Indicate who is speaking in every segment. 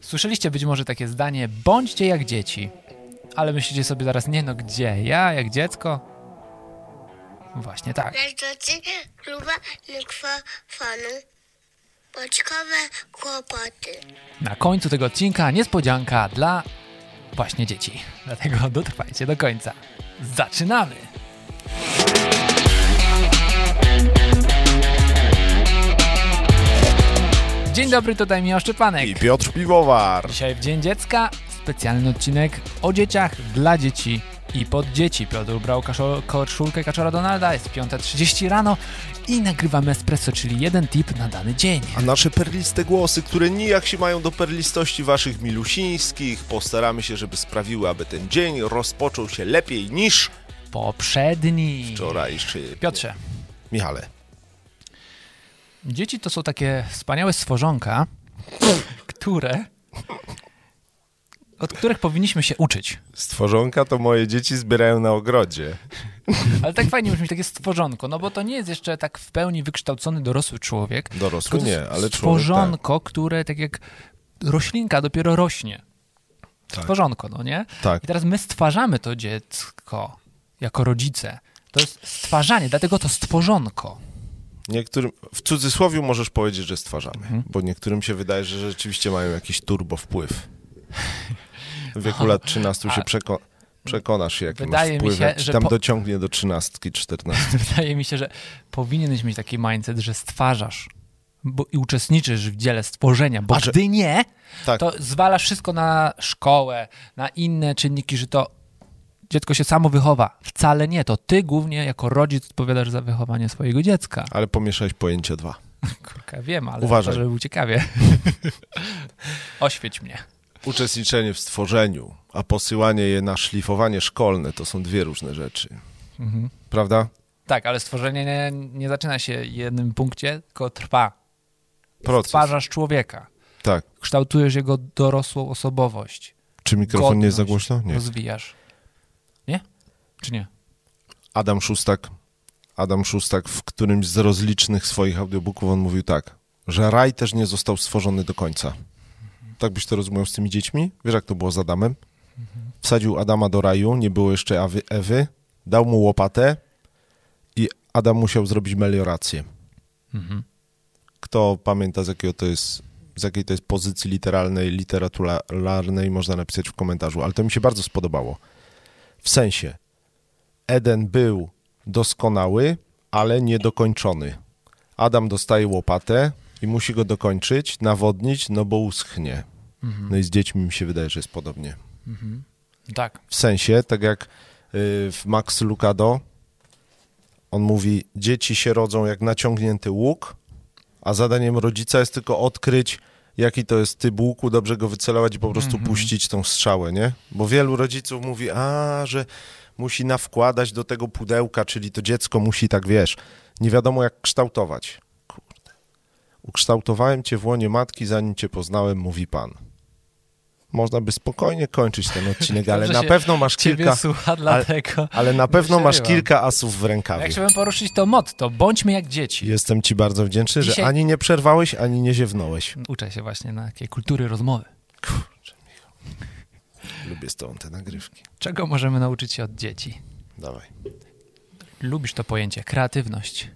Speaker 1: Słyszeliście być może takie zdanie, bądźcie jak dzieci. Ale myślicie sobie zaraz, nie no gdzie, ja jak dziecko? Właśnie tak.
Speaker 2: Leżący kluba mikrofonu. Boczkowe kłopoty.
Speaker 1: Na końcu tego odcinka niespodzianka dla właśnie dzieci. Dlatego dotrwajcie do końca. Zaczynamy! Dzień dobry, tutaj Michał Szczepanek.
Speaker 3: i Piotr Piwowar.
Speaker 1: Dzisiaj w Dzień Dziecka specjalny odcinek o dzieciach dla dzieci i pod dzieci. Piotr ubrał kaszo- koszulkę Kaczora Donalda, jest 5.30 rano i nagrywamy espresso, czyli jeden tip na dany dzień.
Speaker 3: A nasze perliste głosy, które nijak się mają do perlistości waszych milusińskich, postaramy się, żeby sprawiły, aby ten dzień rozpoczął się lepiej niż
Speaker 1: Poprzedni.
Speaker 3: wczorajszy.
Speaker 1: Piotrze,
Speaker 3: Michale,
Speaker 1: dzieci to są takie wspaniałe stworzonka, które... Od których powinniśmy się uczyć.
Speaker 3: stworzonka to moje dzieci zbierają na ogrodzie.
Speaker 1: Ale tak fajnie brzmi takie stworzonko, no bo to nie jest jeszcze tak w pełni wykształcony dorosły człowiek,
Speaker 3: Dorosły
Speaker 1: Tylko to
Speaker 3: nie,
Speaker 1: jest
Speaker 3: ale człowiek
Speaker 1: Stworzonko, które tak jak roślinka dopiero rośnie.
Speaker 3: Tak.
Speaker 1: Stworzonko, no nie?
Speaker 3: tak.
Speaker 1: I
Speaker 3: tak.
Speaker 1: teraz my stwarzamy to dziecko jako rodzice. To jest stwarzanie, dlatego to stworzonko.
Speaker 3: Niektórym, w cudzysłowie możesz powiedzieć, że stwarzamy,
Speaker 1: Mhm.
Speaker 3: bo niektórym się wydaje, że rzeczywiście mają jakiś turbo wpływ. W wieku lat 13 się
Speaker 1: No, A-
Speaker 3: przeko- Przekonasz się, jaki
Speaker 1: Wydaje mi
Speaker 3: masz wpływ,
Speaker 1: się,
Speaker 3: jak ci
Speaker 1: że
Speaker 3: tam
Speaker 1: po-
Speaker 3: dociągnie do trzynastki, czternastki.
Speaker 1: Wydaje mi się, że powinieneś mieć taki mindset, że stwarzasz bo, i uczestniczysz w dziele stworzenia, bo
Speaker 3: A, że-
Speaker 1: gdy nie,
Speaker 3: Tak.
Speaker 1: to zwalasz wszystko na szkołę, na inne czynniki, że to dziecko się samo wychowa. Wcale nie, to ty głównie jako rodzic odpowiadasz za wychowanie swojego dziecka.
Speaker 3: Ale pomieszałeś pojęcia dwa.
Speaker 1: Kurka, wiem, ale
Speaker 3: Tak. Uważaj.
Speaker 1: żeby było ciekawie. Oświeć mnie.
Speaker 3: Uczestniczenie w stworzeniu, a posyłanie je na szlifowanie szkolne to są dwie różne rzeczy. Prawda?
Speaker 1: Tak, ale stworzenie nie, nie zaczyna się w jednym punkcie, tylko trwa.
Speaker 3: Proces.
Speaker 1: Stwarzasz człowieka,
Speaker 3: Tak.
Speaker 1: kształtujesz jego dorosłą osobowość,
Speaker 3: Czy mikrofon nie jest za
Speaker 1: Godność.
Speaker 3: głośno? Nie.
Speaker 1: rozwijasz. Nie? Czy nie?
Speaker 3: Adam Szustak, Adam Szustak w którymś z rozlicznych swoich audiobooków on mówił tak, że raj też nie został stworzony do końca. Tak byś to rozumiał z tymi dziećmi? Wiesz, jak to było z Adamem? Wsadził Adama do raju, nie było jeszcze Awy, Ewy, dał mu łopatę i Adam musiał zrobić meliorację. Kto pamięta, z, jakiego to jest, z jakiej to jest pozycji literalnej, literaturalnej, można napisać w komentarzu, ale to mi się bardzo spodobało. W sensie, Eden był doskonały, ale niedokończony. Adam dostaje łopatę i musi go dokończyć, nawodnić, no bo uschnie. No i z dziećmi mi się wydaje, że jest podobnie.
Speaker 1: Tak.
Speaker 3: W sensie, tak jak y, w Max Lucado, on mówi, dzieci się rodzą jak naciągnięty łuk, a zadaniem rodzica jest tylko odkryć, jaki to jest typ łuku, dobrze go wycelować i po prostu
Speaker 1: Mhm.
Speaker 3: puścić tą strzałę, nie? Bo wielu rodziców mówi, a, że musi nawkładać do tego pudełka, czyli to dziecko musi, tak wiesz, nie wiadomo jak kształtować. Kurde. Ukształtowałem cię w łonie matki, zanim cię poznałem, mówi pan. Można by spokojnie kończyć ten odcinek, ale
Speaker 1: Dobrze
Speaker 3: na
Speaker 1: się
Speaker 3: pewno masz kilka...
Speaker 1: Ciebie słucha dlatego.
Speaker 3: Ale na pewno masz
Speaker 1: Przerywam.
Speaker 3: kilka asów w rękawie.
Speaker 1: Jak chciałbym poruszyć to motto, bądźmy jak dzieci.
Speaker 3: Jestem ci bardzo wdzięczny, że
Speaker 1: Dzisiaj-
Speaker 3: ani nie przerwałeś, ani nie ziewnąłeś.
Speaker 1: Uczę się właśnie na takiej kultury rozmowy.
Speaker 3: Lubię z tobą te nagrywki.
Speaker 1: Czego możemy nauczyć się od dzieci?
Speaker 3: Dawaj.
Speaker 1: Lubisz to pojęcie, kreatywność.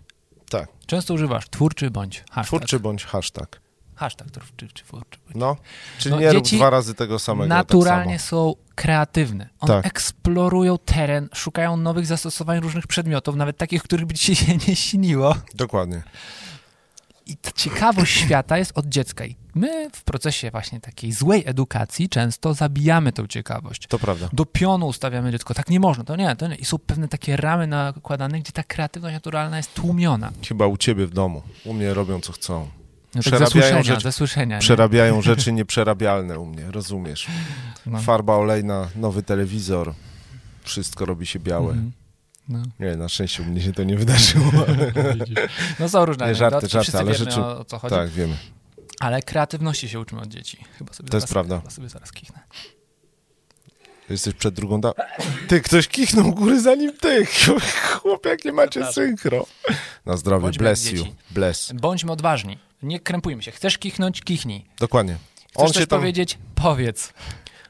Speaker 3: Tak.
Speaker 1: Często używasz twórczy bądź hashtag.
Speaker 3: Twórczy bądź hashtag.
Speaker 1: Hashtag twórczy, czy twórczy. bądź-
Speaker 3: No. Czyli
Speaker 1: No,
Speaker 3: nie rób
Speaker 1: dzieci
Speaker 3: dwa razy tego samego.
Speaker 1: Naturalnie
Speaker 3: Tak
Speaker 1: są kreatywne. One
Speaker 3: Tak.
Speaker 1: eksplorują teren, szukają nowych zastosowań różnych przedmiotów, nawet takich, których by ci się nie śniło.
Speaker 3: samo. Dokładnie.
Speaker 1: I ta ciekawość świata jest od dziecka. I my w procesie właśnie takiej złej edukacji często zabijamy tą ciekawość.
Speaker 3: To prawda.
Speaker 1: Do pionu ustawiamy dziecko. Tak nie można, to nie, to nie. I są pewne takie ramy nakładane, gdzie ta kreatywność naturalna jest tłumiona.
Speaker 3: Chyba u ciebie w domu. U mnie robią co chcą.
Speaker 1: No tak
Speaker 3: Przerabiają
Speaker 1: ze słyszenia,
Speaker 3: rzecz-
Speaker 1: ze słyszenia. nie?
Speaker 3: Przerabiają rzeczy nieprzerabialne u mnie, rozumiesz?
Speaker 1: No.
Speaker 3: Farba olejna, nowy telewizor. Wszystko robi się białe.
Speaker 1: Mhm. No.
Speaker 3: Nie, na szczęście u mnie się to nie wydarzyło.
Speaker 1: no są różne
Speaker 3: Nie,
Speaker 1: anegdoty,
Speaker 3: żarty, żarty,
Speaker 1: wszyscy
Speaker 3: ale
Speaker 1: wiemy
Speaker 3: rzeczy-
Speaker 1: o co chodzi.
Speaker 3: tak, wiemy.
Speaker 1: Ale kreatywności się uczymy od dzieci. Chyba sobie
Speaker 3: To jest
Speaker 1: zaraz,
Speaker 3: prawda.
Speaker 1: Chyba sobie zaraz kichnę.
Speaker 3: Jesteś przed drugą da... Ty, ktoś kichnął góry zanim ty. Chłop, jak nie macie synchro. Na zdrowie,
Speaker 1: Bądźmy
Speaker 3: bless
Speaker 1: jak
Speaker 3: you.
Speaker 1: dzieci.
Speaker 3: Bless.
Speaker 1: Bądźmy odważni. Nie krępujmy się. Chcesz kichnąć, kichnij.
Speaker 3: Dokładnie.
Speaker 1: Chcesz
Speaker 3: On
Speaker 1: coś
Speaker 3: się tam-
Speaker 1: powiedzieć? Powiedz.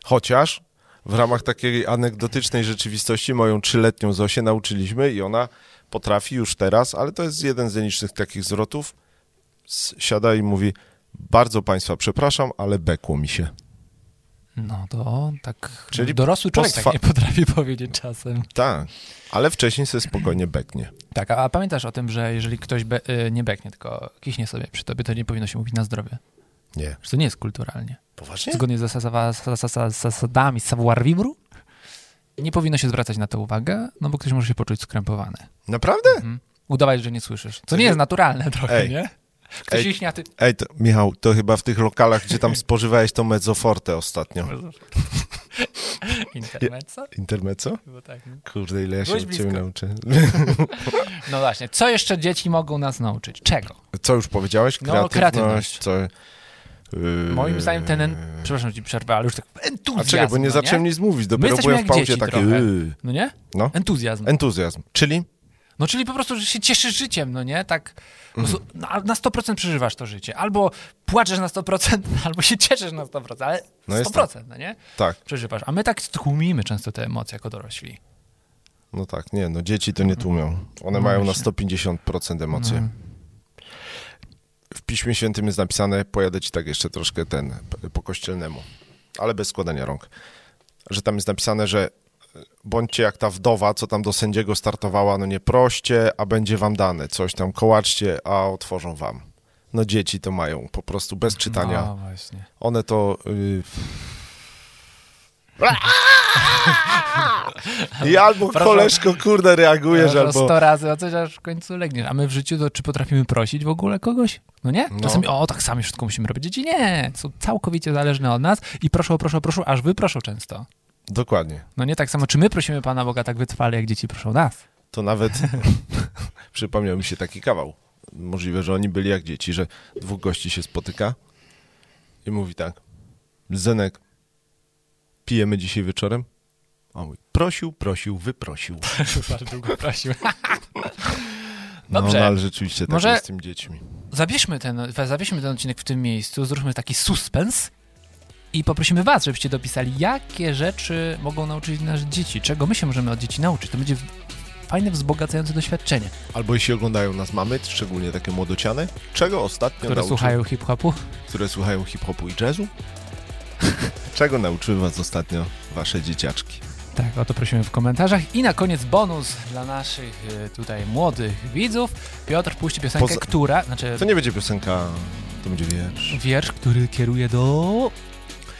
Speaker 3: Chociaż w ramach takiej anegdotycznej rzeczywistości moją trzyletnią Zosię nauczyliśmy i ona potrafi już teraz, ale to jest jeden z nielicznych takich zwrotów, s- siada i mówi, bardzo Państwa przepraszam, ale bekło mi się.
Speaker 1: No to tak
Speaker 3: Czyli
Speaker 1: dorosły człowiek
Speaker 3: post
Speaker 1: tak
Speaker 3: fa-
Speaker 1: nie potrafi powiedzieć czasem.
Speaker 3: Tak, ale wcześniej sobie spokojnie beknie.
Speaker 1: Tak, a, a pamiętasz o tym, że jeżeli ktoś be, y, nie beknie, tylko kichnie sobie przy tobie, to nie powinno się mówić na zdrowie.
Speaker 3: Nie.
Speaker 1: Że to nie jest kulturalnie.
Speaker 3: Poważnie?
Speaker 1: Zgodnie z zasada- z zasada- z zasadami savoir vivre nie powinno się zwracać na to uwagę, no bo ktoś może się poczuć skrępowany.
Speaker 3: Naprawdę?
Speaker 1: Mhm. Udawać, że nie słyszysz. Co
Speaker 3: Coś-
Speaker 1: nie jest naturalne trochę,
Speaker 3: Ej.
Speaker 1: nie? Ktoś
Speaker 3: Ej.
Speaker 1: iśnie, a ty...
Speaker 3: Ej, to, Michał, to chyba w tych lokalach, gdzie tam spożywałeś to mezzoforte ostatnio.
Speaker 1: Intermezzo?
Speaker 3: Intermezzo?
Speaker 1: Chyba tak. nie?
Speaker 3: Kurde, ile ja się
Speaker 1: Byłeś
Speaker 3: od ciebie
Speaker 1: blisko.
Speaker 3: nauczę.
Speaker 1: No właśnie, co jeszcze dzieci mogą nas nauczyć? Czego?
Speaker 3: Co już powiedziałeś?
Speaker 1: No, o kreatywność.
Speaker 3: Kreatywność, co... Yy,
Speaker 1: Moim zdaniem ten... En... Przepraszam, ci przerwę, ale już tak entuzjazm,
Speaker 3: A czekaj, bo nie
Speaker 1: no
Speaker 3: zacząłem nic mówić, dopiero
Speaker 1: jesteśmy
Speaker 3: byłem w
Speaker 1: jak
Speaker 3: pauzie
Speaker 1: dzieci
Speaker 3: taki...
Speaker 1: trochę.
Speaker 3: Yy,
Speaker 1: No nie?
Speaker 3: no,
Speaker 1: Entuzjazm.
Speaker 3: entuzjazm. Czyli?
Speaker 1: No czyli po prostu, że się cieszysz życiem, no nie? Tak po
Speaker 3: Mhm.
Speaker 1: prostu, no, a na 100% przeżywasz to życie. Albo płaczesz na 100%, albo się cieszysz na 100%, ale
Speaker 3: No jest
Speaker 1: 100%, no nie?
Speaker 3: Tak,
Speaker 1: Przeżywasz. A my tak tłumimy często te emocje jako dorośli.
Speaker 3: no tak, nie, no dzieci to nie tłumią. One mają na 150% emocji. W Piśmie Świętym jest napisane, pojadę ci tak jeszcze troszkę ten, p- po kościelnemu, ale bez składania rąk, że tam jest napisane, że e, bądźcie jak ta wdowa, co tam do sędziego startowała, no nie proście, a będzie wam dane, coś tam kołaczcie, a otworzą wam. No dzieci to mają, po prostu bez czytania.
Speaker 1: No właśnie.
Speaker 3: One to. y, I albo
Speaker 1: Proszę-
Speaker 3: koleżko, kurde, reagujesz,
Speaker 1: Że
Speaker 3: albo.
Speaker 1: 100 razy, a coś aż w końcu legniesz. A my w życiu, to czy potrafimy prosić w ogóle kogoś? No nie? Czasami, o, tak sami wszystko musimy robić. Dzieci nie, są całkowicie zależne od nas i proszą, proszą, proszą, aż wy proszą często.
Speaker 3: Dokładnie.
Speaker 1: No nie tak samo, czy my prosimy Pana Boga tak wytrwale, jak dzieci proszą nas.
Speaker 3: To nawet przypomniał mi się taki kawał. Możliwe, że oni byli jak dzieci, że dwóch gości się spotyka i mówi tak. Zenek, pijemy dzisiaj wieczorem? A on mówi, prosił, prosił, wyprosił.
Speaker 1: Bardzo długo prosił.
Speaker 3: No,
Speaker 1: Dobrze.
Speaker 3: no ale rzeczywiście tak
Speaker 1: Może-
Speaker 3: jest z tym dziećmi.
Speaker 1: Zabierzmy ten, zabierzmy ten odcinek w tym miejscu, zróbmy taki suspens i poprosimy was, żebyście dopisali, jakie rzeczy mogą nauczyć nas dzieci, czego my się możemy od dzieci nauczyć. To będzie fajne, wzbogacające doświadczenie,
Speaker 3: Albo jeśli oglądają nas mamy, szczególnie takie młodociane, czego ostatnio
Speaker 1: które
Speaker 3: nauczył-
Speaker 1: słuchają hip-hopu.
Speaker 3: które słuchają hip-hopu i jazzu? Czego nauczyły was ostatnio wasze dzieciaczki?
Speaker 1: Tak, o to prosimy w komentarzach. I na koniec bonus dla naszych y, tutaj młodych widzów. Piotr puści piosenkę,
Speaker 3: Poza-
Speaker 1: która, znaczy
Speaker 3: To nie będzie piosenka, to będzie wiersz.
Speaker 1: wiersz, który kieruje do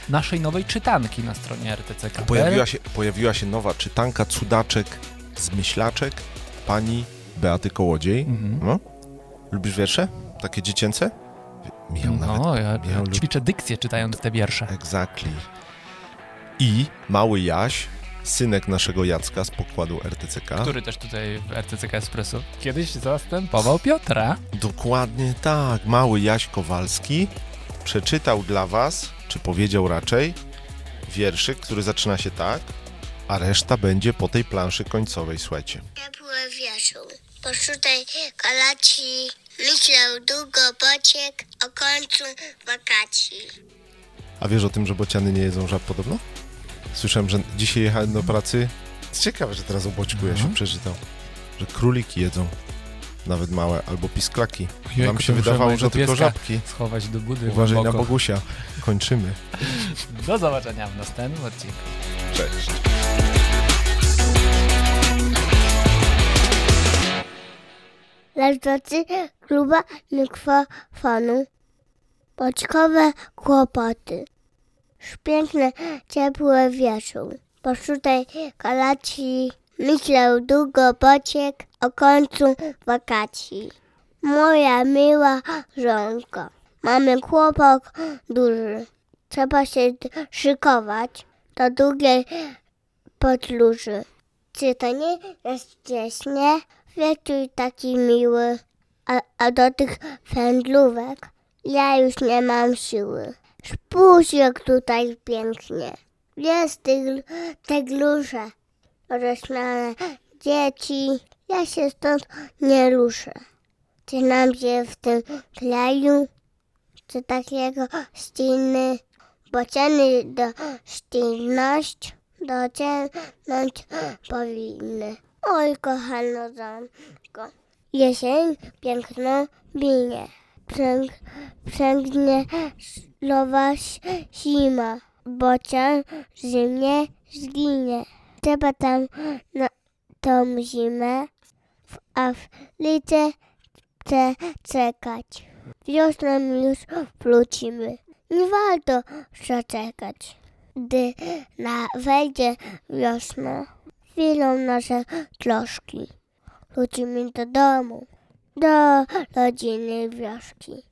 Speaker 1: naszej nowej czytanki na stronie RTCK.
Speaker 3: Pojawiła się, pojawiła się nowa czytanka cudaczek z myślaczek pani Beaty Kołodziej.
Speaker 1: Mhm.
Speaker 3: No. Lubisz wiersze? Takie dziecięce? Michał nawet.
Speaker 1: No, ja
Speaker 3: Michał lubi-
Speaker 1: ćwiczę dykcję czytając te wiersze.
Speaker 3: Exactly. I mały Jaś, synek naszego Jacka z pokładu RTCK.
Speaker 1: Który też tutaj w RTCK Espresso kiedyś zastępował Piotra.
Speaker 3: Dokładnie tak. Mały Jaś Kowalski przeczytał dla was, czy powiedział raczej, wierszyk, który zaczyna się tak, a reszta będzie po tej planszy końcowej, słuchajcie.
Speaker 2: Ja byłem wieszą. Bo tutaj kalaci myślał długo Bociek o końcu wakacji.
Speaker 3: A wiesz o tym, że bociany nie jedzą żab podobno? Słyszałem, że dzisiaj jechałem do pracy. Ciekawe, że teraz o boćku ja się przeczytał. Że króliki jedzą, nawet małe, albo pisklaki. Nam się wydawało, że tylko żabki.
Speaker 1: Schować do budy
Speaker 3: Uważaj na
Speaker 1: głęboko.
Speaker 3: Bogusia. Kończymy.
Speaker 1: Do zobaczenia w następnym odcinku.
Speaker 3: Cześć.
Speaker 2: Leżacy kluba mikrofonu. Boczkowe kłopoty. Szpiękne, ciepłe wieszą. Bo tutaj kalaci myślał długo Bociek o końcu wakacji. Moja miła żonko, mamy kłopot duży. Trzeba się d- szykować do długiej podróży. Czy to nie jest wcześnie? Wieczór taki miły, a, a do tych wędlówek ja już nie mam siły. Spójrz jak tutaj pięknie. Jest te, gl- te glusze, roślane dzieci. Ja się stąd nie ruszę. Czy nam się w tym kraju, czy takiego ściny bociany do sztywność dociągnąć powinny. Oj, kochano zamko, jesień piękno minie, Przęg, przęgnie lowa zima, bocian zimnie zginie. Trzeba tam na tą zimę w Afryce chce czekać. Wiosną już wrócimy. Nie warto zaczekać. Gdy na wejdzie wiosna, chwilą nasze troszki. Wrócimy do domu, do rodziny wioski.